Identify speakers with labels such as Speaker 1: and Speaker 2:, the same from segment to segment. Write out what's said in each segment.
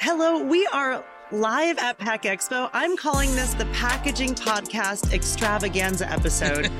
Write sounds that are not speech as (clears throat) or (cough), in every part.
Speaker 1: Hello, we are live at Pack Expo. I'm calling this the Packaging Podcast Extravaganza
Speaker 2: (laughs)
Speaker 1: episode,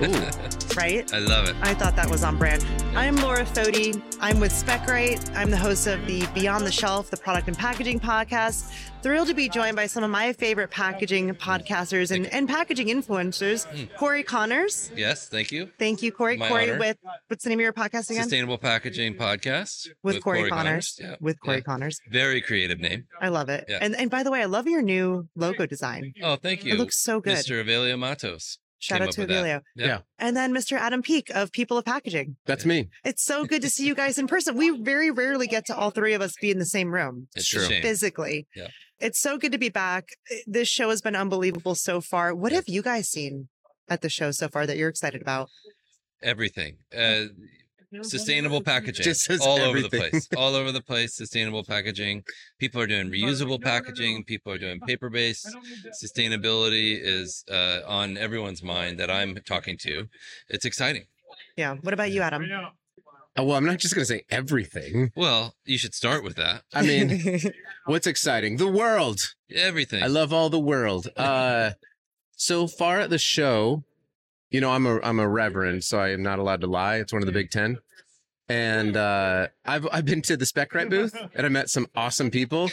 Speaker 1: right?
Speaker 2: I love it.
Speaker 1: I thought that was on brand. I'm Laura Fody. I'm with SpecRite. I'm the host of the Beyond the Shelf, the Product and Packaging Podcast. Thrilled to be joined by some of my favorite packaging podcasters and, and packaging influencers, Corey Connors.
Speaker 2: Yes, thank you.
Speaker 1: Thank you, Corey.
Speaker 2: Hmm. My
Speaker 1: Corey,
Speaker 2: honor.
Speaker 1: with what's the name of your podcast again?
Speaker 2: Sustainable Packaging Podcast
Speaker 1: With, Corey, Connors.
Speaker 2: Yeah.
Speaker 1: With Corey
Speaker 2: yeah.
Speaker 1: Connors.
Speaker 2: Very creative name.
Speaker 1: I love it.
Speaker 2: Yeah.
Speaker 1: And and by the way, I love your new logo design.
Speaker 2: Oh, thank you.
Speaker 1: It looks so good.
Speaker 2: Mr. Avelio Matos.
Speaker 1: Shout
Speaker 2: came
Speaker 1: out
Speaker 2: up
Speaker 1: to
Speaker 2: with that.
Speaker 1: Emilio.
Speaker 2: Yeah.
Speaker 3: Yeah.
Speaker 1: And then Mr. Adam Peak of People of Packaging.
Speaker 3: That's me.
Speaker 1: It's so good to see you guys in person. We very rarely get to all three of us be in the same room
Speaker 2: It's
Speaker 3: True.
Speaker 2: a shame.
Speaker 1: physically.
Speaker 2: Yeah.
Speaker 1: It's so good to be back. This show has been unbelievable so far. What
Speaker 2: Yeah.
Speaker 1: have you guys seen at the show so far that you're excited about?
Speaker 2: Everything. Uh, sustainable packaging
Speaker 3: Just says
Speaker 2: all over the
Speaker 3: everything.
Speaker 2: place all over the place sustainable packaging people are doing reusable packaging people are doing paper based sustainability is uh, on everyone's mind that i'm talking to it's exciting
Speaker 1: Yeah. What about you, Adam?
Speaker 3: Uh, Well, I'm not just going to say everything.
Speaker 2: well you should start with that
Speaker 1: (laughs)
Speaker 3: I mean, what's exciting? The world.
Speaker 2: everything
Speaker 3: I love all the world.
Speaker 2: (laughs)
Speaker 3: Uh, so far at the show, you know, I'm a I'm a reverend, so I am not allowed to lie. It's one of the Big Ten, and uh, I've I've been to the SpecRite booth, and I met some
Speaker 2: (laughs)
Speaker 3: awesome people,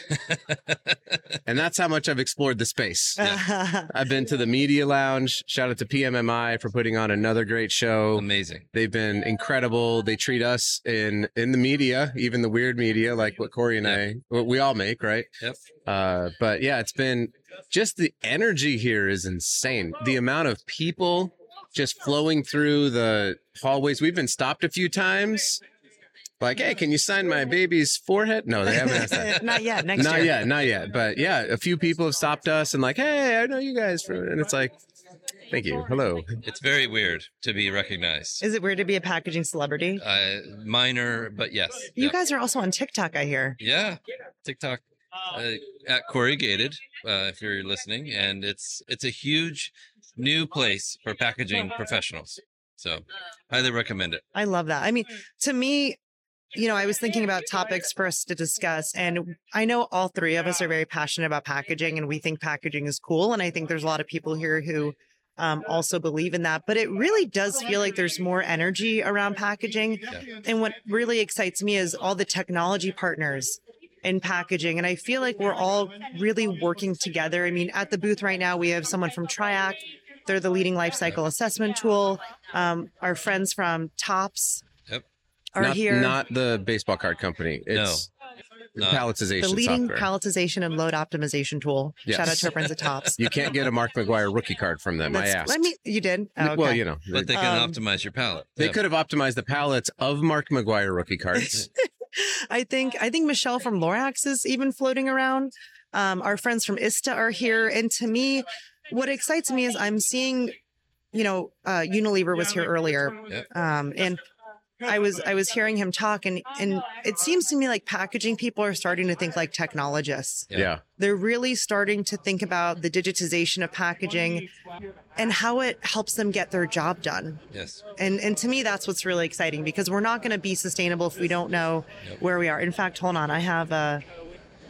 Speaker 3: and that's how much I've explored the space. I've been to the media lounge. Shout out to PMMI for putting on another great show.
Speaker 2: amazing
Speaker 3: They've been incredible. They treat us in in the media, even the weird media, like what Corey and I, what we all make, right?
Speaker 2: Yep.
Speaker 3: Uh, but yeah, it's been just the energy here is insane. The amount of people just flowing through the hallways. We've been stopped a few times. Like, hey, can you sign my baby's forehead? No, they haven't asked that.
Speaker 1: Not yet. (laughs) Next
Speaker 3: not
Speaker 1: year.
Speaker 3: yet, not yet. But yeah, a few people have stopped us and like, hey, I know you guys from, and it's like, thank you, hello.
Speaker 2: It's very weird to be recognized.
Speaker 1: Is it weird to be a packaging celebrity?
Speaker 2: Uh, minor, but yes.
Speaker 1: You
Speaker 2: yeah.
Speaker 1: guys are also on TikTok, I hear.
Speaker 2: yeah. TikTok uh, at corrugated, uh, if you're listening, and it's it's a huge new place for packaging professionals. So highly recommend it.
Speaker 1: I love that. I mean, to me, you know, I was thinking about topics for us to discuss, and I know all three of us are very passionate about packaging, and we think packaging is cool. And I think there's a lot of people here who um, also believe in that. But it really does feel like there's more energy around packaging. And what really excites me is all the technology partners in packaging. And I feel like we're all really working together. I mean, at the booth right now, we have someone from TRIAC. They're the leading life cycle assessment tool. Um, our friends from TOPS
Speaker 2: Yep.
Speaker 1: are
Speaker 3: not,
Speaker 1: here.
Speaker 3: Not the baseball card company. It's
Speaker 2: No.
Speaker 3: palletization
Speaker 1: the leading
Speaker 3: software.
Speaker 1: palletization and load optimization tool.
Speaker 3: Yes.
Speaker 1: Shout out to our friends at TOPS.
Speaker 3: (laughs) you can't get a Mark McGuire rookie card from them. I asked.
Speaker 1: Let me, you did? Oh, okay.
Speaker 3: Well, you know,
Speaker 2: But
Speaker 3: they,
Speaker 2: they can
Speaker 1: Um,
Speaker 2: optimize your palette.
Speaker 3: they
Speaker 2: Yeah.
Speaker 3: could have optimized the pallets of Mark McGuire
Speaker 1: (laughs)
Speaker 3: rookie cards.
Speaker 1: I think I think Michelle from Lorax is even floating around. Um, our friends from ISTA are here, and to me, what excites me is I'm seeing, you know, uh, Unilever was here earlier, um, and I was I was hearing him talk, and and it seems to me like packaging people are starting to think like technologists.
Speaker 2: Yeah.
Speaker 3: yeah.
Speaker 1: They're really starting to think about the digitization of packaging and how it helps them get their job done.
Speaker 2: Yes.
Speaker 1: And and to me, that's what's really exciting because we're not going to be sustainable if we don't know
Speaker 2: Yep.
Speaker 1: where we are. In fact, hold on, I have a.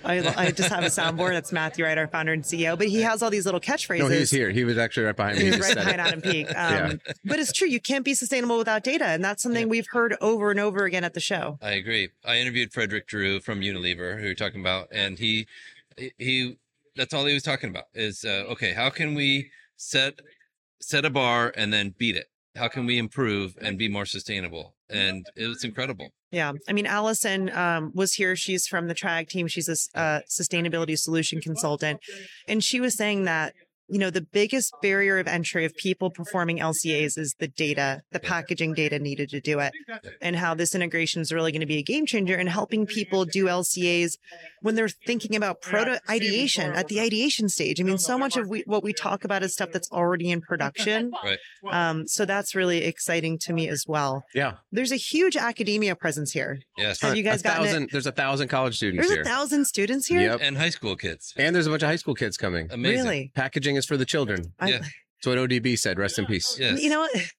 Speaker 1: I, I just have a soundboard. That's Matthew Wright, our founder and CEO, but he has all these little catchphrases.
Speaker 3: No, he was here. He was actually right
Speaker 1: (laughs)
Speaker 3: behind me.
Speaker 1: He was
Speaker 3: He just
Speaker 1: right
Speaker 3: said
Speaker 1: behind Adam
Speaker 3: (laughs)
Speaker 1: Peak. Um, But it's true. You can't be sustainable without data. And that's something we've heard over and over again at the show.
Speaker 2: I agree. I interviewed Frederick Drew from Unilever, who you're talking about, and he, he, that's all he was talking about is uh, okay. How can we set set a bar and then beat it? How can we improve and be more sustainable? And it was incredible.
Speaker 1: Yeah. I mean, Allison um, was here. She's from the TRAG team. She's a s- uh, sustainability solution consultant. And she was saying that, you know, the biggest barrier of entry of people performing LCAs is the data, the packaging data needed to do it, and how this integration is really going to be a game changer in helping people do LCAs when they're thinking about proto ideation at the ideation stage. I mean, so much of we, what we talk about is stuff that's already in production.
Speaker 2: Right.
Speaker 1: Um, so that's really exciting to me as well.
Speaker 3: Yeah.
Speaker 1: There's a huge academia presence here.
Speaker 2: Yes.
Speaker 1: Have you guys
Speaker 3: a
Speaker 1: gotten it?
Speaker 3: thousand, There's a thousand college students
Speaker 1: There's
Speaker 3: here.
Speaker 1: a thousand students here. Um,
Speaker 3: Yep.
Speaker 2: And high school kids.
Speaker 3: And there's a bunch of high school kids coming.
Speaker 2: Amazing.
Speaker 1: Really?
Speaker 3: Packaging is for the children.
Speaker 1: I-
Speaker 2: Yeah.
Speaker 3: That's what ODB said. Rest in peace.
Speaker 2: Yes.
Speaker 1: (laughs) You know, what? Th-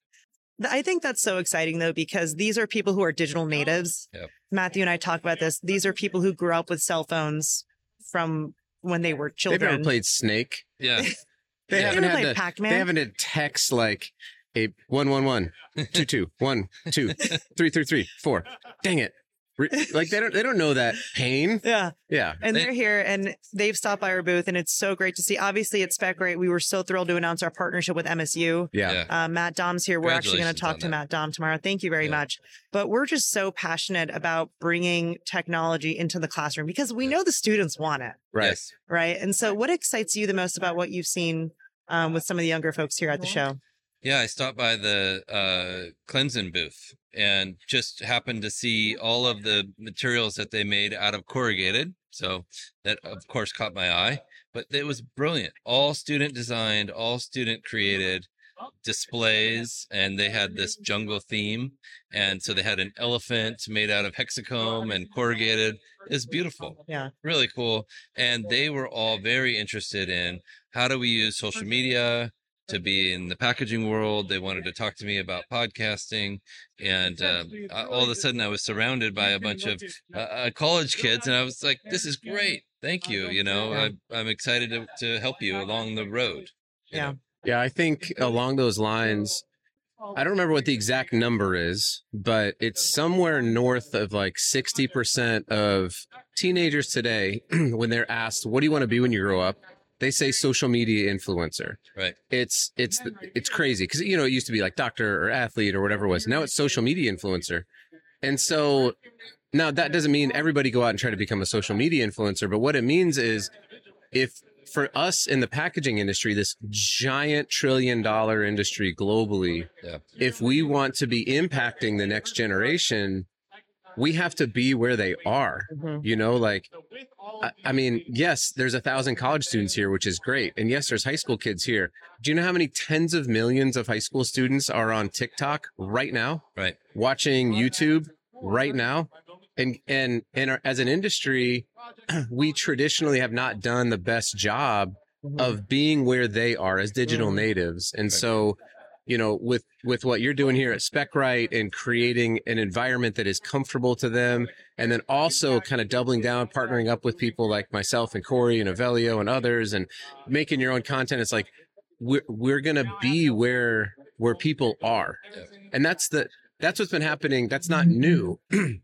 Speaker 1: I think that's so exciting though, because these are people who are digital natives.
Speaker 2: Yep.
Speaker 1: Matthew and I talk about this. These are people who grew up with cell phones. from when they were
Speaker 3: They've
Speaker 1: children.
Speaker 3: never played Snake.
Speaker 2: Yeah.
Speaker 1: (laughs)
Speaker 3: They
Speaker 2: Yeah.
Speaker 1: They
Speaker 3: haven't
Speaker 1: never
Speaker 3: had
Speaker 1: played
Speaker 3: the,
Speaker 1: Pac-Man.
Speaker 3: They haven't had text like a one one one two two one two three three three four. Dang it! Re- like they don't they don't know that pain.
Speaker 1: yeah.
Speaker 3: Yeah,
Speaker 1: And
Speaker 2: They-
Speaker 1: they're here and they've stopped by our booth and it's so great to see. Obviously at Spec Rate, we were so thrilled to announce our partnership with MSU.
Speaker 3: yeah.
Speaker 1: Uh, Matt Dom's here. We're actually going to
Speaker 2: Congratulations
Speaker 1: talk
Speaker 2: on
Speaker 1: to
Speaker 2: that.
Speaker 1: Matt Dom tomorrow. Thank you very
Speaker 2: Yeah.
Speaker 1: much. But we're just so passionate about bringing technology into the classroom because we
Speaker 2: Yeah.
Speaker 1: know the students want it,
Speaker 3: Right.
Speaker 2: Yes.
Speaker 1: right? And so, what excites you the most about what you've seen um, with some of the younger folks here at the show?
Speaker 2: Yeah, I stopped by the uh, Clemson booth and just happened to see all of the materials that they made out of corrugated. So that, of course, caught my eye. But it was brilliant. All student designed, all student created (laughs) displays, and they had this jungle theme. And so they had an elephant made out of hexacomb and corrugated. It's beautiful,
Speaker 1: Yeah,
Speaker 2: really cool. And they were all very interested in how do we use social media, to be in the packaging world. They wanted to talk to me about podcasting, and uh, I- all of a sudden, I was surrounded by a bunch of uh, uh, college kids, and I was like, "This is great! Thank you. You know, I, I'm excited to, to help you along the road." you
Speaker 1: Yeah.
Speaker 2: know?
Speaker 3: Yeah, I think along those lines, I don't remember what the exact number is, but it's somewhere north of like 60% of teenagers today, (clears throat) when they're asked, What do you want to be when you grow up? They say social media influencer.
Speaker 2: Right.
Speaker 3: It's it's it's crazy because you know it used to be like doctor or athlete or whatever it was. Now it's social media influencer. And so now that doesn't mean everybody go out and try to become a social media influencer, but what it means is if for us in the packaging industry, this giant trillion dollar industry globally,
Speaker 2: Yeah.
Speaker 3: if we want to be impacting the next generation, we have to be where they are.
Speaker 1: Mhm.
Speaker 3: You know, like, I, I mean, yes, there's a thousand college students here, which is great. And yes, there's high school kids here. Do you know how many tens of millions of high school students are on TikTok right now?
Speaker 2: Right.
Speaker 3: Watching YouTube right now? And, and, and our, as an industry, we traditionally have not done the best job
Speaker 1: Mhm.
Speaker 3: of being where they are as digital
Speaker 1: Mhm.
Speaker 3: natives and
Speaker 2: Right.
Speaker 3: so you know with with what you're doing here at SpecRite and creating an environment that is comfortable to them and then also kind of doubling down partnering up with people like myself and Corey and Avelio and others and making your own content it's like we're we're going to be where (clears throat) where people are
Speaker 2: Yeah.
Speaker 3: and that's the that's what's been happening that's not new (clears throat) you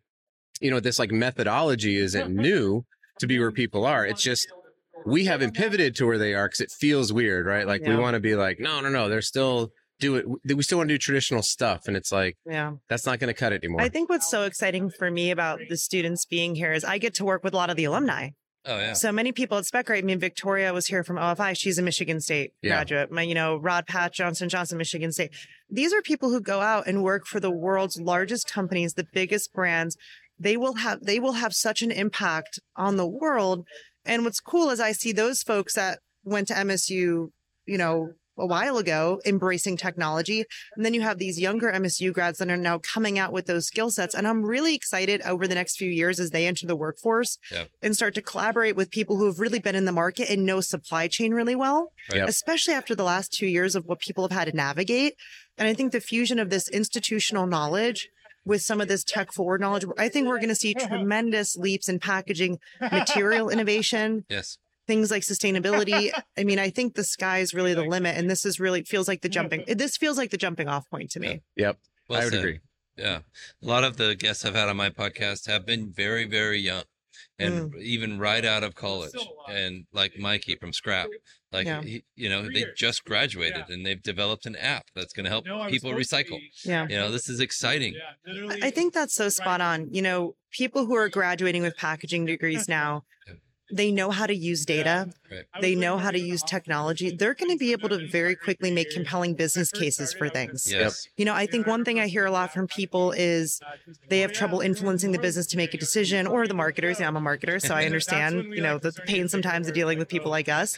Speaker 3: know this like methodology isn't new to be where people are it's just we haven't pivoted to where they are because it feels weird right like we
Speaker 1: Yeah.
Speaker 3: want to be like no no no they're still do it we still want to do traditional stuff and it's like
Speaker 1: yeah.
Speaker 3: that's not going to cut it anymore
Speaker 1: I think what's so exciting for me about the students being here is I get to work with a lot of the alumni.
Speaker 2: Oh yeah.
Speaker 1: So many people at Spec Rate. I mean, Victoria was here from OFI. She's a Michigan State
Speaker 3: Yeah.
Speaker 1: graduate. My, you know, Rod Pat Johnson Johnson, Michigan State. These are people who go out and work for the world's largest companies, the biggest brands. They will have they will have such an impact on the world. And what's cool is I see those folks that went to MSU, you know, a while ago, embracing technology. And then you have these younger MSU grads that are now coming out with those skill sets. And I'm really excited over the next few years as they enter the workforce
Speaker 2: Yeah.
Speaker 1: and start to collaborate with people who have really been in the market and know supply chain really well,
Speaker 2: Right. Yep.
Speaker 1: especially after the last two years of what people have had to navigate. And I think the fusion of this institutional knowledge with some of this tech forward knowledge, I think we're going to see tremendous leaps in packaging, (laughs) material innovation,
Speaker 2: Yes.
Speaker 1: things like sustainability. I mean, I think the sky is really the limit, and this is really feels like the jumping. This feels like the jumping off point to me.
Speaker 3: yep
Speaker 2: Well
Speaker 3: i would
Speaker 2: said.
Speaker 3: agree
Speaker 2: Yeah. A lot of the guests I've had on my podcast have been very, very young and
Speaker 1: Mm.
Speaker 2: even right out of college. And like Mikey from Scrap, like,
Speaker 1: Yeah.
Speaker 2: he, you know, they just graduated and they've developed an app that's going to help people recycle.
Speaker 1: Yeah.
Speaker 2: You know, this is exciting.
Speaker 1: I- I think that's so spot on. You know, people who are graduating with packaging degrees now, they know how to use data.
Speaker 2: Right.
Speaker 1: They know how to use technology. They're going to be able to very quickly make compelling business cases for things.
Speaker 2: Yes.
Speaker 1: You know, I think one thing I hear a lot from Uh, people is they have trouble influencing the business to make a decision or the marketers. Yeah, I'm a marketer, so I understand, you know, the pain sometimes of dealing with people like us.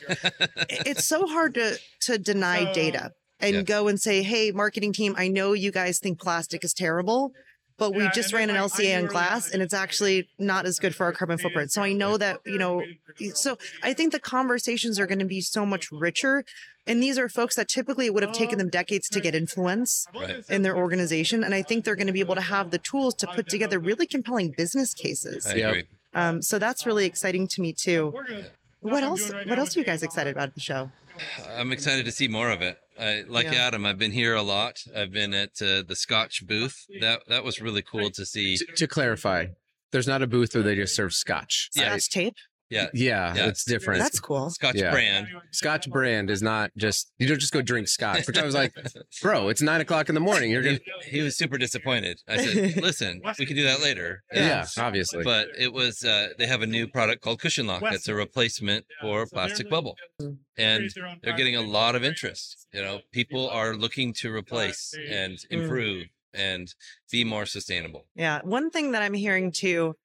Speaker 1: It's so hard to to deny
Speaker 4: Oh.
Speaker 1: data and
Speaker 2: Yeah.
Speaker 1: go and say, "Hey, marketing team, I know you guys think plastic is terrible, but we
Speaker 4: Yeah,
Speaker 1: just
Speaker 4: and then,
Speaker 1: ran an
Speaker 4: like, I
Speaker 1: LCA on
Speaker 4: knew
Speaker 1: glass
Speaker 4: around
Speaker 1: and
Speaker 4: it.
Speaker 1: it's actually not as good for our carbon footprint." So I know that, you know, so I think the conversations are going to be so much richer and these are folks that typically it would have
Speaker 4: Oh,
Speaker 1: taken them decades to get influence
Speaker 2: Right.
Speaker 1: in their organization. And I think they're going to be able to have the tools to put together really compelling business cases.
Speaker 2: I
Speaker 3: Yep.
Speaker 2: agree.
Speaker 1: Um, so that's really exciting to me too. What else? What else are you guys excited about at the show?
Speaker 2: (sighs) I'm excited to see more of it. I, like
Speaker 1: Yeah.
Speaker 2: Adam, I've been here a lot. I've been at uh, the Scotch booth. That that was really cool to see.
Speaker 3: To, to clarify, there's not a booth where they just serve scotch.
Speaker 2: Yeah.
Speaker 1: Scotch tape.
Speaker 2: Yeah,
Speaker 3: Yeah,
Speaker 2: Yeah.
Speaker 3: it's different.
Speaker 1: That's cool.
Speaker 2: Scotch (laughs)
Speaker 3: Yeah.
Speaker 2: brand.
Speaker 3: Scotch brand is not just you don't just go drink scotch. Which I was
Speaker 2: (laughs)
Speaker 3: like, bro, it's nine o'clock in the morning. You're gonna
Speaker 2: He, he was super disappointed. I
Speaker 1: (laughs)
Speaker 2: said, "Listen, we can do that later."
Speaker 3: yeah, obviously.
Speaker 2: But it was uh, they have a new product called Cushion Lock. It's a replacement for plastic bubble, and they're getting a lot of interest. You (laughs) know, people are looking to replace and improve and be more sustainable.
Speaker 1: Yeah. One thing that I'm hearing too,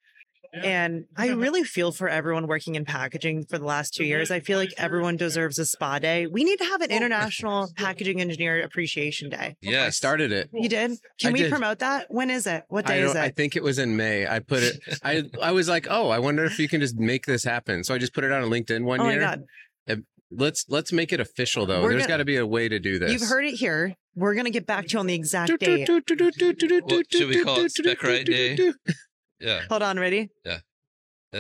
Speaker 1: and
Speaker 3: (laughs)
Speaker 1: I really feel for everyone working in packaging for the last two years. I feel like everyone deserves a spa day. We need to have an
Speaker 3: Oh,
Speaker 1: international packaging engineer appreciation day.
Speaker 2: Yeah,
Speaker 3: I started it.
Speaker 1: You
Speaker 4: (laughs)
Speaker 1: did? Can
Speaker 3: I
Speaker 1: we
Speaker 3: did.
Speaker 1: promote that? When is it? What
Speaker 3: I,
Speaker 1: day is
Speaker 3: don't- I
Speaker 1: it?
Speaker 3: think it was in May. I
Speaker 2: (laughs)
Speaker 3: put it. I I was like, oh, I wonder if you can just make this happen. So I just put it on LinkedIn one
Speaker 1: Oh my
Speaker 3: year.
Speaker 1: god.
Speaker 3: Let's let's make it official though.
Speaker 1: We're
Speaker 3: There's
Speaker 1: gonna-
Speaker 3: got to be a way to do this.
Speaker 1: You've heard it here. We're gonna get back to you on the exact date.
Speaker 2: Well, should we call it Spec Right Day? yeah.
Speaker 1: Hold on, ready?
Speaker 2: That's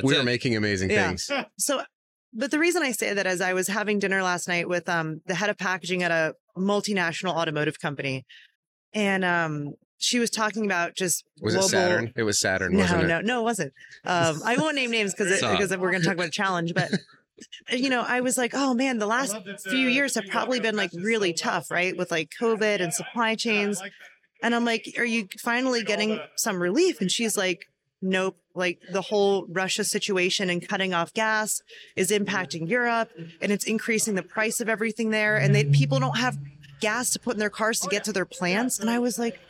Speaker 3: We
Speaker 2: it.
Speaker 3: are making amazing
Speaker 1: Yeah.
Speaker 3: things.
Speaker 1: So, but the reason I say that is I was having dinner last night with um, the head of packaging at a multinational automotive company, and um, she was talking about just
Speaker 3: Was
Speaker 1: global.
Speaker 3: it Saturn? It was Saturn,
Speaker 1: No,
Speaker 3: wasn't it?
Speaker 1: no, no, it wasn't. Um, I won't name names because
Speaker 2: Stop.
Speaker 1: because we're going to talk about challenge. But you know, I was like, oh man, the last few years have probably been like really tough, right? With like COVID and supply chains. And I'm like, are you finally getting some relief? And she's like, nope. Like the whole Russia situation and cutting off gas is impacting Europe and it's increasing the price of everything there. And they, people don't have gas to put in their cars to get to their plants. And I was like,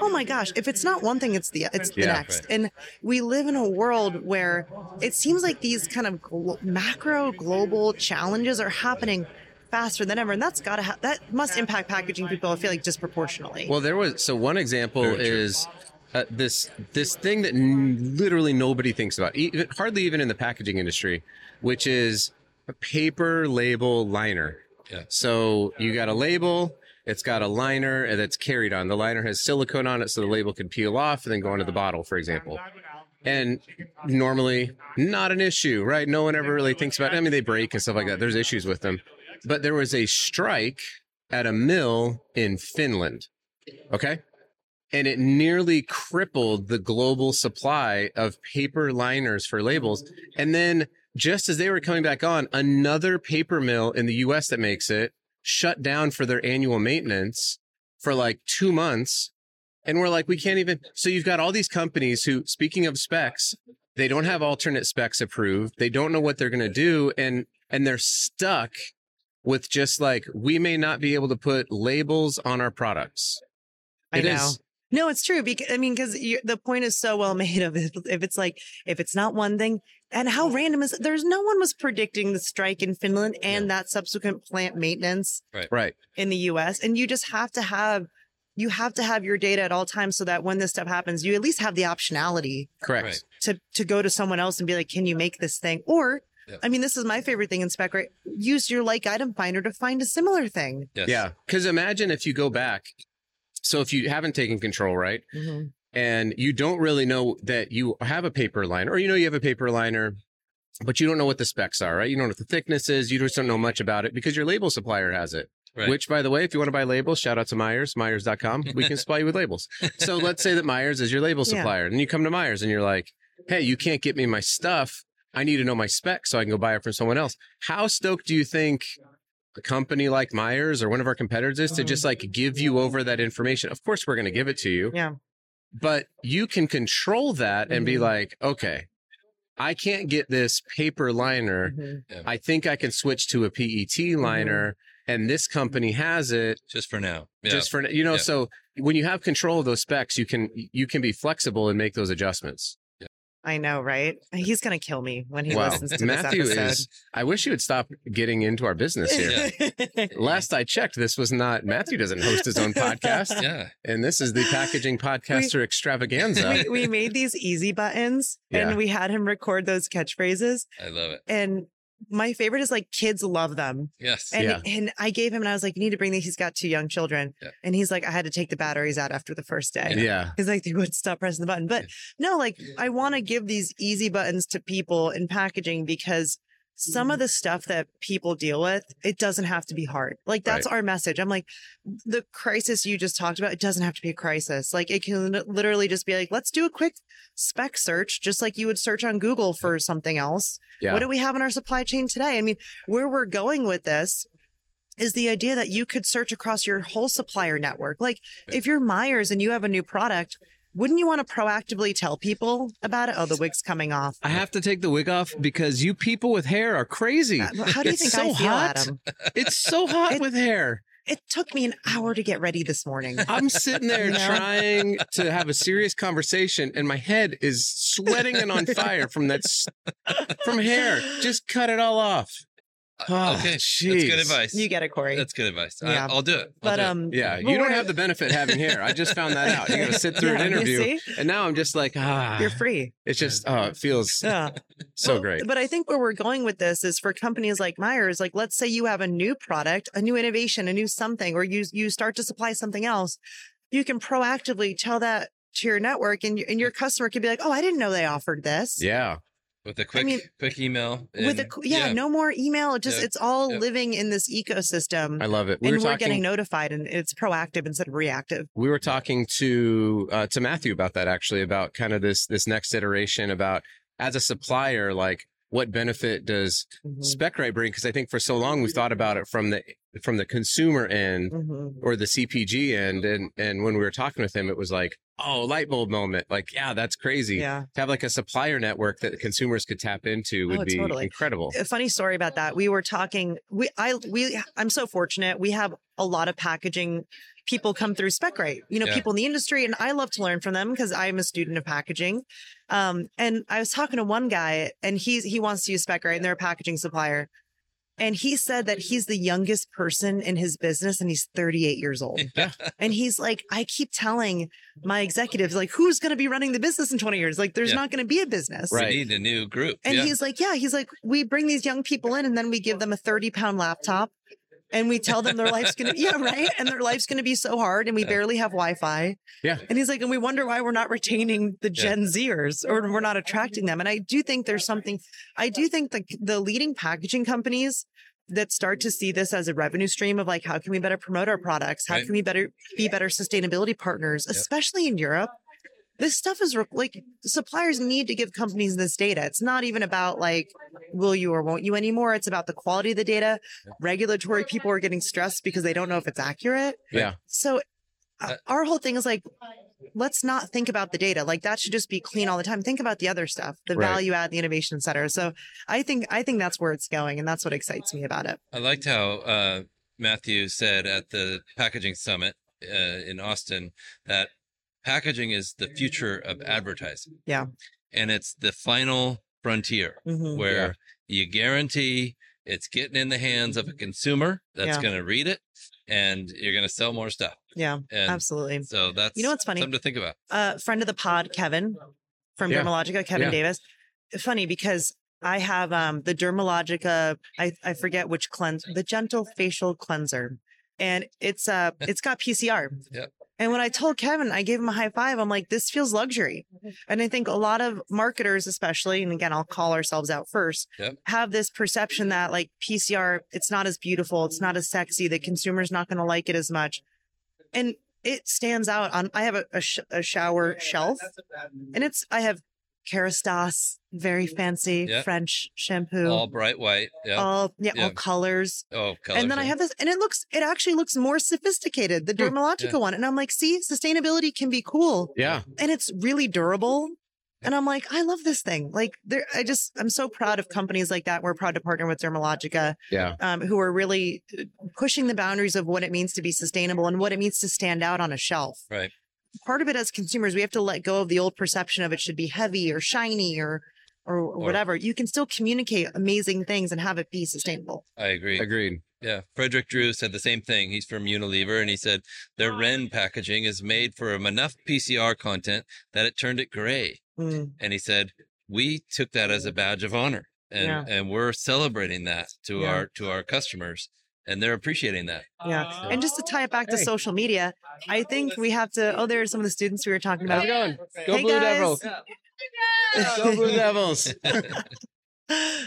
Speaker 1: oh my gosh, if it's not one thing, it's the, it's the
Speaker 3: Yeah.
Speaker 1: next. And we live in a world where it seems like these kind of glo- macro global challenges are happening faster than ever. And that's got to ha- that must impact packaging people. I feel like disproportionately.
Speaker 3: Well, there was so one example
Speaker 2: Very true.
Speaker 3: is uh, this this thing that n- literally nobody thinks about, even, hardly even in the packaging industry, which is a paper label liner.
Speaker 2: Yeah.
Speaker 3: So you got a label. It's got a liner and that's carried on. The liner has silicone on it, so the label can peel off and then go into the bottle, for example. And normally, not an issue, right? No one ever really thinks about. It. I mean, they break and stuff like that. There's issues with them, but there was a strike at a mill in Finland. Okay. And it nearly crippled the global supply of paper liners for labels. And then just as they were coming back on, another paper mill in the US that makes it shut down for their annual maintenance for like two months. And we're like, we can't even. So you've got all these companies who, speaking of specs, they don't have alternate specs approved. They don't know what they're going to do. And, and they're stuck with just like, we may not be able to put labels on our products.
Speaker 1: I
Speaker 3: It
Speaker 1: know.
Speaker 3: is-
Speaker 1: No, it's true. Because I mean, because the point is so well (laughs) made. Of it. if it's like if it's not one thing, and how random is there's no one was predicting the strike in Finland and that subsequent plant maintenance
Speaker 3: Right.
Speaker 1: in the U.S. And you just have to have you have to have your data at all times so that when this stuff happens, you at least have the optionality
Speaker 3: Correct.
Speaker 2: Right.
Speaker 1: to to go to someone else and be like, "Can you make this thing?" Or
Speaker 2: Yeah.
Speaker 1: I mean, this is my favorite thing in spec, right? Use your like item finder to find a similar thing.
Speaker 2: Yes.
Speaker 3: Yeah. Because imagine if you go back. So if you haven't taken control, right? And you don't really know that you have a paper liner, or you know you have a paper liner, but you don't know what the specs are, right? You don't know what the thickness is. You just don't know much about it because your label supplier has it.
Speaker 2: Right.
Speaker 3: Which, by the way, if you want to buy labels, shout out to Myers, Myers.com. We can supply you with labels. So let's say that Myers is your label
Speaker 1: Yeah.
Speaker 3: supplier. And you come to Myers and you're like, hey, you can't get me my stuff. I need to know my specs so I can go buy it from someone else. How stoked do you think a company like Myers or one of our competitors is to just
Speaker 1: Um.
Speaker 3: like give you over that information? Of course, we're going to give it to you.
Speaker 1: Yeah.
Speaker 3: But you can control that and be
Speaker 1: Mhm.
Speaker 3: like, okay, I can't get this paper liner.
Speaker 1: Mhm.
Speaker 3: I think I can switch to a
Speaker 2: Mm-hmm.
Speaker 3: PET liner, and this company has it
Speaker 2: Just for now. Yeah.
Speaker 3: just for you know.
Speaker 2: Yeah.
Speaker 3: So when you have control of those specs, you can you can be flexible and make those adjustments.
Speaker 1: I know, right? He's gonna kill me when he
Speaker 3: wow,
Speaker 1: listens to
Speaker 3: Matthew
Speaker 1: this episode.
Speaker 3: is. I wish you would stop getting into our business here. Last I checked, this was not Matthew doesn't host his own podcast,
Speaker 2: yeah.
Speaker 3: and this is the packaging podcaster
Speaker 1: (laughs)
Speaker 3: extravaganza.
Speaker 1: we, we made these easy buttons
Speaker 3: Yeah.
Speaker 1: and we had him record those catchphrases
Speaker 2: I love it.
Speaker 1: and my favorite is like kids love them.
Speaker 2: Yes.
Speaker 1: And
Speaker 3: Yeah.
Speaker 1: and I gave him and I was like, you need to bring these. He's got two young children.
Speaker 2: Yeah.
Speaker 1: And he's like, I had to take the batteries out after the first day.
Speaker 3: Yeah.
Speaker 1: Because like they would stop pressing the button. But no, like I want to give these easy buttons to people in packaging because some
Speaker 3: Mm-hmm.
Speaker 1: of the stuff that people deal with, it doesn't have to be hard. Like that's our message. I'm like, the crisis you just talked about, it doesn't have to be a crisis. Like it can li- literally just be like, let's do a quick spec search, just like you would search on Google for something else.
Speaker 3: Yeah.
Speaker 1: What do we have in our supply chain today? I mean, where we're going with this is the idea that you could search across your whole supplier network. Like if you're Myers and you have a new product, wouldn't you want to proactively tell people about it? Oh, the wig's coming off.
Speaker 4: I have to take the wig off because you people with hair
Speaker 1: (laughs)
Speaker 4: are crazy.
Speaker 1: Uh, How do you
Speaker 4: It's
Speaker 1: think
Speaker 4: so
Speaker 1: I feel,
Speaker 4: hot.
Speaker 1: Adam?
Speaker 4: It's so hot
Speaker 1: It-
Speaker 4: with hair.
Speaker 1: It took me an hour to get ready this morning.
Speaker 3: I'm sitting
Speaker 1: (laughs)
Speaker 3: there
Speaker 1: No.
Speaker 3: trying to have a serious conversation, and my head is sweating and on fire from that s- from hair. Just cut it all off. Oh,
Speaker 2: Uh, okay. That's
Speaker 3: jeez.
Speaker 2: good advice.
Speaker 1: You get it, Corey.
Speaker 2: That's good advice.
Speaker 1: Yeah.
Speaker 2: I, I'll do it. I'll
Speaker 1: but
Speaker 2: do it.
Speaker 1: um,
Speaker 3: Yeah,
Speaker 1: Well,
Speaker 3: you don't
Speaker 1: we're-
Speaker 3: have the benefit having hair. I just found that out. You got to sit through
Speaker 1: yeah,
Speaker 3: an
Speaker 1: you
Speaker 3: interview,
Speaker 1: see?
Speaker 3: and now I'm just like, ah,
Speaker 1: You're
Speaker 4: (sighs)
Speaker 1: free.
Speaker 3: it's just, oh, it feels
Speaker 1: Yeah.
Speaker 3: so
Speaker 1: Well,
Speaker 3: Oh, great.
Speaker 1: But I think where we're going with this is for companies like Myers, like let's say you have a new product, a new innovation, a new something, or you you start to supply something else, you can proactively tell that to your network and, your- and your customer could be like, oh, I didn't know they offered this.
Speaker 3: Yeah,
Speaker 2: with a quick
Speaker 1: mean,
Speaker 2: quick email.
Speaker 1: With a
Speaker 2: and-
Speaker 1: qu- yeah, no more email. It just
Speaker 2: Yeah.
Speaker 1: it's all
Speaker 2: Yeah.
Speaker 1: living in this ecosystem,
Speaker 3: I love it.
Speaker 1: and we're getting notified, and it's proactive instead of reactive.
Speaker 3: we were talking to uh, to Matthew about that actually about kind of this this next iteration about as a supplier like what benefit does
Speaker 1: Mm-hmm.
Speaker 3: SpecRite bring because I think for so long we've thought about it from the from the consumer end
Speaker 1: Mhm.
Speaker 3: or the CPG end and and when we were talking with him it was like oh light bulb moment like yeah that's crazy
Speaker 1: Yeah.
Speaker 3: to have like a supplier network that consumers could tap into would
Speaker 1: Oh,
Speaker 3: be
Speaker 1: totally.
Speaker 3: incredible
Speaker 1: a funny story about that. We were talking. We I we I'm so fortunate. We have a lot of packaging people come through SpecRite. You know,
Speaker 2: Yeah.
Speaker 1: people in the industry, and I love to learn from them because I'm a student of packaging. Um, and I was talking to one guy, and he's he wants to use SpecRite, and they're a packaging supplier. And he said that he's the youngest person in his business, and he's 38 years old.
Speaker 2: (laughs) Yeah.
Speaker 1: And he's like, I keep telling my executives, like, who's going to be running the business in 20 years? Like, there's
Speaker 2: Yeah.
Speaker 1: not going to be a business.
Speaker 3: Right.
Speaker 2: We need a new group.
Speaker 1: And
Speaker 2: yeah.
Speaker 1: he's like, yeah, he's like, we bring these young people in and then we give them a 30 pound laptop and we tell them their life's going to, (laughs) yeah, right. And their life's going to be so hard and we barely have Wi Fi.
Speaker 3: Yeah.
Speaker 1: And he's like, and we wonder why we're not retaining the
Speaker 2: Yeah.
Speaker 1: Gen Zers or we're not attracting them. And I do think there's something, I do think the, the leading packaging companies that start to see this as a revenue stream of like, how can we better promote our products? How
Speaker 2: Right.
Speaker 1: can we better be better sustainability partners,
Speaker 2: Yep.
Speaker 1: especially in Europe? this stuff is re- like suppliers need to give companies this data. It's not even about like will you or won't you anymore. It's about the quality of the data. Regulatory people are getting stressed because they don't know if it's accurate.
Speaker 3: Yeah.
Speaker 1: So uh,
Speaker 2: Uh,
Speaker 1: our whole thing is like let's not think about the data. Like that should just be clean all the time. Think about the other stuff, the
Speaker 3: Right.
Speaker 1: value add, the innovation center. So I think I think that's where it's going and that's what excites me about it.
Speaker 2: I liked how uh, Matthew said at the packaging summit uh, in Austin that packaging is the future of advertising.
Speaker 1: Yeah.
Speaker 2: And it's the final frontier
Speaker 1: Mhm.
Speaker 2: where you guarantee it's getting in the hands of a consumer that's
Speaker 1: Yeah.
Speaker 2: going to read it and you're going to sell more stuff.
Speaker 1: Yeah,
Speaker 2: And
Speaker 1: absolutely.
Speaker 2: so that's
Speaker 1: You know what's funny?
Speaker 2: something to think about.
Speaker 1: uh, friend of the pod, Kevin from
Speaker 3: Yeah.
Speaker 1: Dermalogica, Kevin
Speaker 3: Yeah.
Speaker 1: Davis. Funny because I have um, the Dermalogica, I, I forget which cleanse, the Gentle Facial Cleanser, and it's uh it's got PCR.
Speaker 2: Yep.
Speaker 1: And when I told Kevin, I gave him a high five. I'm like, this feels luxury. And I think a lot of marketers, especially, and again, I'll call ourselves out first,
Speaker 2: Yep.
Speaker 1: have this perception that like PCR, it's not as beautiful, it's not as sexy, the consumer's not going to like it as much. And it stands out on i have a, a, sh- a shower shelf and it's i have kerastase very fancy
Speaker 2: Mm-hmm. Yeah.
Speaker 1: french shampoo
Speaker 2: All
Speaker 1: all,
Speaker 2: bright white. Yeah.
Speaker 1: yeah,
Speaker 2: Yeah.
Speaker 1: all colors
Speaker 2: oh, colors.
Speaker 1: and then i have this and it looks it actually looks more sophisticated
Speaker 2: Hmm.
Speaker 1: the dermalogica one and i'm like see sustainability can be cool
Speaker 3: yeah
Speaker 1: and it's really durable and i'm like i love this thing like there i just i'm so proud of companies like that we're proud to partner with dermalogica
Speaker 3: yeah
Speaker 1: um, who are really pushing the boundaries of what it means to be sustainable and what it means to stand out on a shelf.
Speaker 2: Right.
Speaker 1: Part of it as consumers, we have to let go of the old perception of it should be heavy or shiny or or, whatever. You can still communicate amazing things and have it be sustainable.
Speaker 2: I agree.
Speaker 1: (laughs)
Speaker 3: agreed
Speaker 2: Yeah, Frederick Drew said the same thing. He's from Unilever, and he said their Ren packaging is made for enough PCR content that it turned it gray.
Speaker 1: Mm.
Speaker 2: And he said we took that as a badge of honor. and
Speaker 1: Yeah.
Speaker 2: and we're celebrating that to
Speaker 1: Yeah.
Speaker 2: our to our customers, and they're appreciating that.
Speaker 1: Yeah. And just to tie it back to social media, I think we have to. Oh, there are some of the students we were talking
Speaker 3: How's
Speaker 1: about.
Speaker 3: it going?
Speaker 1: (laughs)
Speaker 3: Go
Speaker 1: Hey,
Speaker 3: Blue
Speaker 1: guys.
Speaker 3: Devils. Go Blue Devils.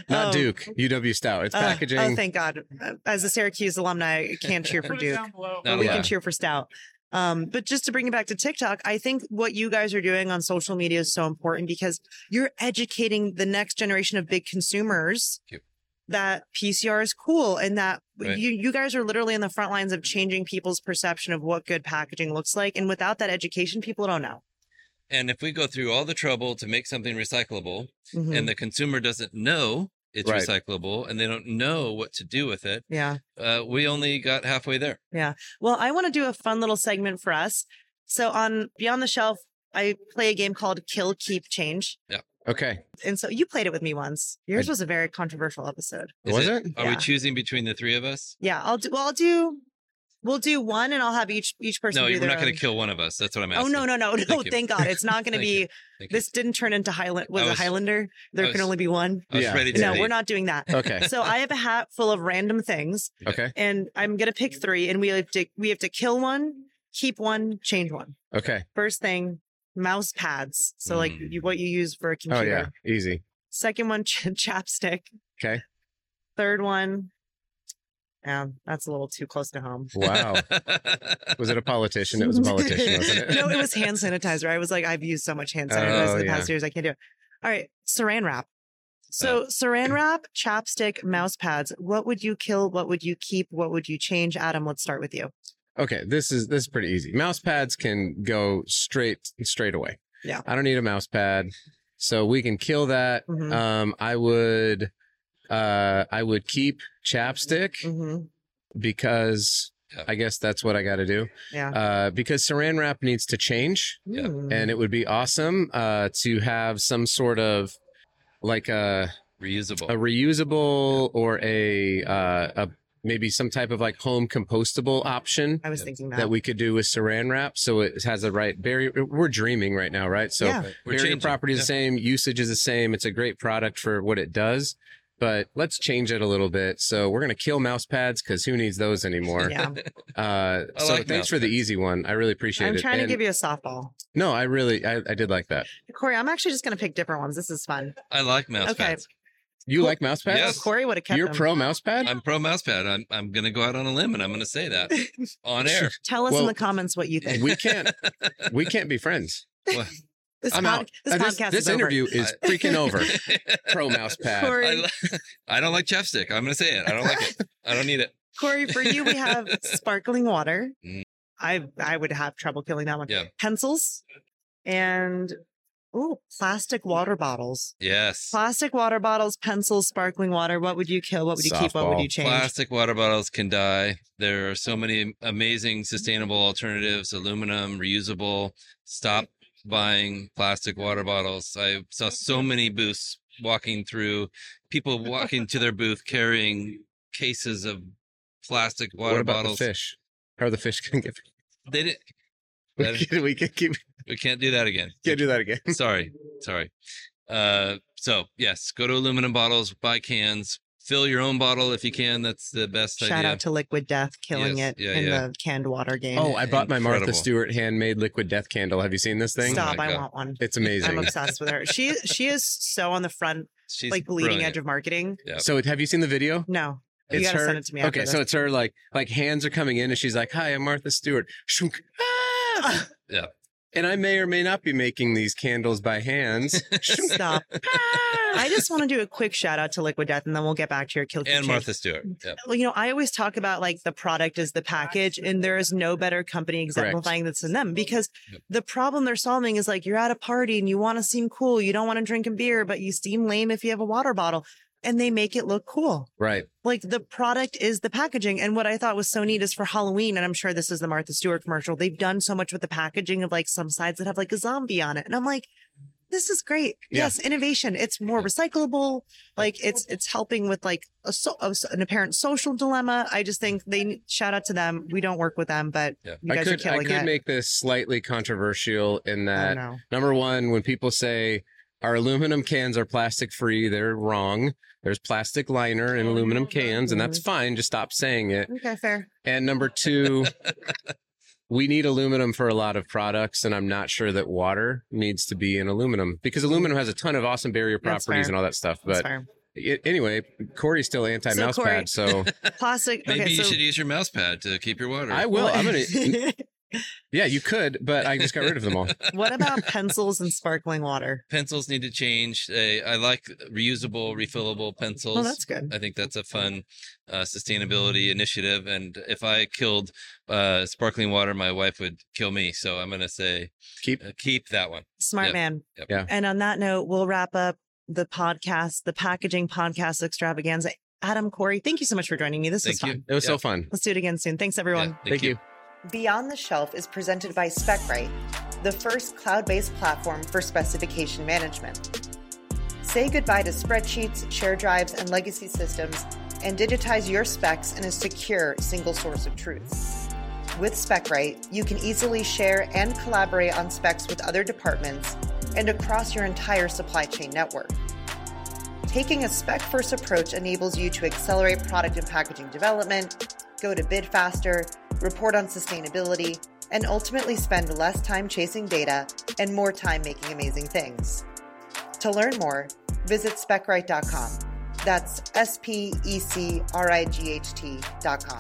Speaker 3: Not
Speaker 1: Oh,
Speaker 3: Duke. UW Stout. It's
Speaker 1: uh,
Speaker 3: packaging.
Speaker 1: oh, thank God. As a Syracuse alumni, I can't cheer for Duke.
Speaker 2: Not
Speaker 1: but we
Speaker 2: allowed.
Speaker 1: can cheer for Stout. Um, but just to bring it back to TikTok, I think what you guys are doing on social media is so important because you're educating the next generation of big consumers
Speaker 2: Yep.
Speaker 1: that PCR is cool and that
Speaker 2: Right.
Speaker 1: you you guys are literally in the front lines of changing people's perception of what good packaging looks like. And without that education, people don't know.
Speaker 2: And if we go through all the trouble to make something recyclable,
Speaker 1: Mhm.
Speaker 2: and the consumer doesn't know it's
Speaker 3: Right.
Speaker 2: recyclable, and they don't know what to do with it,
Speaker 1: yeah.
Speaker 2: uh, we only got halfway there.
Speaker 1: Well, I want to do a fun little segment for us. So on Beyond the Shelf, I play a game called Kill Keep Change.
Speaker 3: Okay.
Speaker 1: And so you played it with me once. Yours
Speaker 3: I-
Speaker 1: was a very controversial episode.
Speaker 2: Is
Speaker 3: Was it?
Speaker 2: Are we
Speaker 1: Yeah.
Speaker 2: choosing between the three of us?
Speaker 1: Yeah, I'll do. Well, I'll do. We'll do one, and I'll have each each person.
Speaker 2: No,
Speaker 1: do
Speaker 2: you're
Speaker 1: their
Speaker 2: not going
Speaker 1: own.
Speaker 2: to kill one of us. That's what I'm
Speaker 1: Oh
Speaker 2: asking.
Speaker 1: no, no, (laughs) no, no!
Speaker 2: Thank you.
Speaker 1: Thank, God, it's not going to
Speaker 2: Thank
Speaker 1: be.
Speaker 2: you. Thank you.
Speaker 1: This didn't turn into Highland. Was,
Speaker 2: I
Speaker 1: it
Speaker 2: was-
Speaker 1: Highlander? There
Speaker 2: was-
Speaker 1: can only be one.
Speaker 2: I was
Speaker 3: Yeah.
Speaker 2: ready to
Speaker 1: No,
Speaker 2: leave.
Speaker 1: we're not doing that. (laughs)
Speaker 3: Okay.
Speaker 1: So I have a hat full of random things,
Speaker 3: Okay.
Speaker 1: and I'm going to pick three, and we have to we have to kill one, keep one, change one.
Speaker 3: Okay.
Speaker 1: First thing, mouse pads. So like
Speaker 2: Mm.
Speaker 1: you, what you use for a
Speaker 3: Oh
Speaker 1: computer. (laughs)
Speaker 3: yeah. Easy.
Speaker 1: Second one, ch- chapstick.
Speaker 3: Okay.
Speaker 1: Third one. Yeah, that's a little too close to home.
Speaker 3: Wow. Was it a politician? It was a politician, wasn't it?
Speaker 1: Mm-hmm. (laughs) no, it was hand sanitizer. I was like, I've used so much
Speaker 3: (laughs)
Speaker 1: hand sanitizer
Speaker 3: Oh,
Speaker 1: in the
Speaker 3: yeah. Uh,
Speaker 1: past years. I can't do it. All right, saran wrap. So
Speaker 3: (clears throat)
Speaker 1: saran wrap, chapstick, mouse pads. What would you kill? What would you keep? What would you change? Adam, let's start with you.
Speaker 3: Okay, this is this is pretty easy. Mouse pads can go straight straight away.
Speaker 1: Yeah.
Speaker 3: I don't need a mouse pad. So we can kill that.
Speaker 1: Mhm.
Speaker 3: Um I would uh I would keep chapstick
Speaker 1: hmm
Speaker 3: because
Speaker 2: Yeah.
Speaker 3: I guess that's what I got to do.
Speaker 1: Yeah.
Speaker 3: Uh because saran wrap needs to change
Speaker 2: Yeah.
Speaker 1: Mm.
Speaker 3: and it would be awesome uh to have some sort of like a
Speaker 2: (laughs) Reusable.
Speaker 3: a reusable or a uh a maybe some type of like home compostable option
Speaker 1: I was thinking that.
Speaker 3: that we could do with saran wrap. So it has a right barrier. We're dreaming right now, right? So
Speaker 1: yeah.
Speaker 2: We're
Speaker 3: barrier
Speaker 2: changing.
Speaker 3: property is the same, usage is the same. It's a great product for what it does, but let's change it a little bit. So we're gonna kill mouse pads because who needs those anymore? (laughs)
Speaker 1: Yeah.
Speaker 3: Uh,
Speaker 2: I
Speaker 3: so
Speaker 2: like
Speaker 3: thanks
Speaker 2: mouse
Speaker 3: for the
Speaker 2: pads.
Speaker 3: easy one. I really appreciate
Speaker 1: I'm
Speaker 3: it.
Speaker 1: trying to
Speaker 3: And-
Speaker 1: give you a softball.
Speaker 3: no, I really, I, I did like that.
Speaker 1: Corey, I'm actually just going to pick different ones. This is fun.
Speaker 2: I like mouse
Speaker 1: Okay.
Speaker 2: pads.
Speaker 3: You like mouse pads?
Speaker 2: Yes.
Speaker 1: Corey would have kept
Speaker 3: You're
Speaker 1: them.
Speaker 3: pro mouse pad.
Speaker 2: I'm pro mouse pad. I'm I'm going to go out on a limb and I'm going to
Speaker 1: (laughs)
Speaker 2: say that on air.
Speaker 1: Tell us in
Speaker 3: Well-
Speaker 1: the comments what you think.
Speaker 2: (laughs)
Speaker 3: we can't, we can't be friends.
Speaker 1: This,
Speaker 3: I'm
Speaker 1: pod-
Speaker 3: out.
Speaker 1: (laughs) this
Speaker 3: Uh,
Speaker 1: podcast
Speaker 3: this
Speaker 1: is over.
Speaker 3: interview is freaking
Speaker 2: (laughs)
Speaker 3: (laughs) over. Pro mouse pad.
Speaker 2: I,
Speaker 1: Corey,
Speaker 2: li- (laughs) I don't like chapstick. I'm going to say it. I don't like it. I don't need it.
Speaker 1: Corey, for you, we
Speaker 2: (laughs)
Speaker 1: have sparkling water.
Speaker 2: Mm.
Speaker 1: I I would have trouble killing that one.
Speaker 2: Yeah.
Speaker 1: Pencils and oh, plastic
Speaker 2: Mm.
Speaker 1: water bottles.
Speaker 2: Yes.
Speaker 1: Plastic water bottles, pencils, sparkling water. What would you kill? What would you keep? What would
Speaker 3: Softball.
Speaker 1: you change?
Speaker 2: Plastic water bottles can die. There are so many amazing sustainable alternatives, aluminum, reusable. Stop buying plastic water bottles. I saw so many booths walking through, people walking to their booth carrying cases of plastic water
Speaker 3: what about
Speaker 2: bottles.
Speaker 3: the fish? How are the fish gonna get?
Speaker 2: They didn't,
Speaker 3: We can, we can keep
Speaker 2: we can't do that again.
Speaker 3: can't do that again.
Speaker 2: sorry, sorry. Uh, so yes, go to aluminum bottles, buy cans, fill your own bottle if you can. That's the best
Speaker 1: Shout
Speaker 2: idea.
Speaker 1: out to Liquid Death killing
Speaker 2: Yes.
Speaker 1: it
Speaker 2: Yeah,
Speaker 1: in
Speaker 2: yeah.
Speaker 1: the canned water game.
Speaker 3: Oh, I bought my Martha
Speaker 2: Incredible.
Speaker 3: Stewart handmade liquid death candle. Have you seen this thing?
Speaker 1: Stop!
Speaker 2: oh my
Speaker 1: I
Speaker 2: God.
Speaker 1: want one.
Speaker 3: It's
Speaker 1: I'm
Speaker 2: (laughs)
Speaker 3: amazing.
Speaker 1: obsessed with her. She she is so on the front,
Speaker 2: She's
Speaker 1: like bleeding
Speaker 2: brilliant.
Speaker 1: edge of marketing.
Speaker 2: Yep.
Speaker 3: So have you seen the video?
Speaker 1: No, you
Speaker 3: It's
Speaker 1: gotta
Speaker 3: her-
Speaker 1: send it to me. After
Speaker 3: Okay, so it's her like like hands are coming in and she's like, "Hi, I'm Martha Stewart." Shunk. Ah!
Speaker 2: Yeah.
Speaker 3: And I may or may not be making these candles by
Speaker 2: (laughs)
Speaker 3: hands.
Speaker 1: this.
Speaker 3: Shunk.
Speaker 1: stop. I just want to do a quick shout out to Liquid Death, and then we'll get back to your kill. Keep,
Speaker 2: and
Speaker 1: Change.
Speaker 2: Martha Stewart. Yep.
Speaker 1: Well, you know, I always talk about like the product is the package, and there is no better company exemplifying this than them because
Speaker 2: Yep.
Speaker 1: the problem they're solving is like you're at a party and you want to seem cool, you don't want to drink a beer, but you seem lame if you have a water bottle, and they make it look cool.
Speaker 3: right.
Speaker 1: like the product is the packaging. And what I thought was so neat is for Halloween, and I'm sure this is the Martha Stewart commercial, they've done so much with the packaging of like some sides that have like a zombie on it. And I'm like, this is great.
Speaker 3: Yeah.
Speaker 1: Yes, innovation. It's more recyclable. Like it's it's helping with like a so, a s- an apparent social dilemma. I just think they shout out to them. We don't work with them, but
Speaker 2: Yeah.
Speaker 1: you guys
Speaker 3: I could
Speaker 1: are
Speaker 3: I
Speaker 1: killing
Speaker 3: could
Speaker 1: it.
Speaker 3: make this slightly controversial in
Speaker 1: I
Speaker 3: that
Speaker 1: don't know.
Speaker 3: number 1 when people say Our aluminum cans are plastic free. They're wrong. There's plastic liner
Speaker 5: Oh,
Speaker 3: in aluminum cans, and that's fine. Just stop
Speaker 5: (laughs)
Speaker 3: saying it.
Speaker 5: Okay, fair.
Speaker 3: And number two, we need aluminum for a lot of products, and I'm not sure that water needs to be in aluminum because aluminum has a ton of awesome barrier
Speaker 5: That's
Speaker 3: properties
Speaker 5: fair.
Speaker 3: and all that stuff.
Speaker 5: That's
Speaker 3: But
Speaker 5: fair.
Speaker 3: i- anyway, Corey's still anti
Speaker 5: So,
Speaker 3: mouse
Speaker 5: Corey- (laughs)
Speaker 3: pad, so
Speaker 5: Plastic.
Speaker 2: Maybe
Speaker 5: okay,
Speaker 2: you
Speaker 5: so
Speaker 2: should use your mouse pad to keep your water.
Speaker 3: I will.
Speaker 5: (laughs)
Speaker 3: I'm gonna.
Speaker 1: (laughs)
Speaker 3: Yeah, you could, but I just got rid of them all.
Speaker 5: what about pencils and sparkling water?
Speaker 2: Pencils need to change. They- I like reusable, refillable pencils.
Speaker 5: Well, that's good.
Speaker 2: I think that's a fun uh, sustainability initiative. And if I killed uh, sparkling water, my wife would kill me. So I'm going to say
Speaker 3: Keep.
Speaker 2: uh, keep that one.
Speaker 5: Smart
Speaker 2: Yep.
Speaker 5: man.
Speaker 2: Yep.
Speaker 3: Yeah.
Speaker 5: And on that note, we'll wrap up the podcast, the packaging podcast extravaganza. Adam Corey, thank you so much for joining me. This was
Speaker 2: Thank
Speaker 5: fun.
Speaker 2: you.
Speaker 3: It was
Speaker 2: Yeah,
Speaker 3: so fun.
Speaker 5: Let's do it again soon. Thanks,
Speaker 2: yeah,
Speaker 5: everyone.
Speaker 3: Thank you.
Speaker 1: Beyond the Shelf is presented by SpecRite, the first cloud based platform for specification management. Say goodbye to spreadsheets, share drives, and legacy systems, and digitize your specs in a secure single source of truth. With SpecRite, you can easily share and collaborate on specs with other departments and across your entire supply chain network. Taking a spec first approach enables you to accelerate product and packaging development, go to bid faster, report on sustainability, and ultimately spend less time chasing data and more time making amazing things. To learn more, visit specrite.com. That's S P E C R I G H T.com.